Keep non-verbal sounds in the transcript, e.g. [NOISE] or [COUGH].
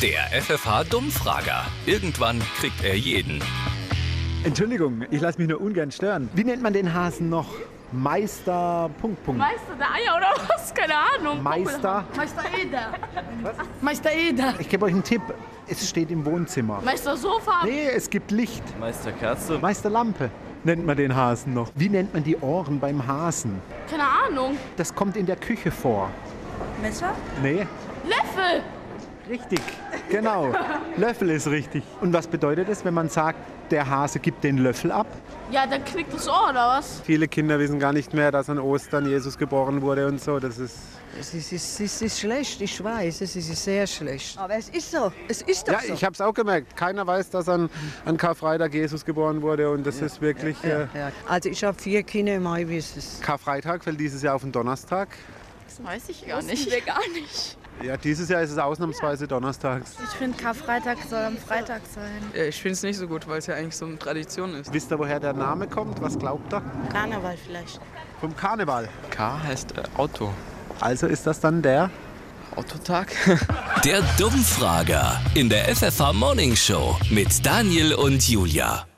Der FFH-Dummfrager. Irgendwann kriegt er jeden. Entschuldigung, ich lasse mich nur ungern stören. Wie nennt man den Hasen noch? Meister. Punkt, Punkt. Meister der Eier oder was? Keine Ahnung. Meister. Meister Eder. Meister Eder. Ich gebe euch einen Tipp. Es steht im Wohnzimmer. Meister Sofa. Nee, es gibt Licht. Meister Kerze. Meister Lampe nennt man den Hasen noch. Wie nennt man die Ohren beim Hasen? Keine Ahnung. Das kommt in der Küche vor. Messer? Nee, Löffel. richtig. Genau. [LAUGHS] Löffel ist richtig. Und was bedeutet es, wenn man sagt, der Hase gibt den Löffel ab? Ja, dann knickt das Ohr oder was? Viele Kinder wissen gar nicht mehr, dass an Ostern Jesus geboren wurde und so. Das ist Es ist, es ist, es ist schlecht, ich weiß, es ist sehr schlecht. Aber es ist so. Es ist doch ja, so. ich habe es auch gemerkt. Keiner weiß, dass an, an Karfreitag Jesus geboren wurde und das ist wirklich Äh, Ja. Also ich habe vier Kinder, mein Wissens. Karfreitag fällt dieses Jahr auf den Donnerstag. Das weiß ich gar nicht. Wir gar nicht. Ja, dieses Jahr ist es ausnahmsweise Donnerstags. Ich finde, Karfreitag soll am Freitag sein. Äh, Ich finde es nicht so gut, weil es ja eigentlich so eine Tradition ist. Wisst ihr, woher der Name kommt? Was glaubt ihr? Karneval vielleicht. Vom Karneval. K heißt äh, Auto. Also ist das dann der? Autotag? Der Dummfrager in der FFH Morning Show mit Daniel und Julia.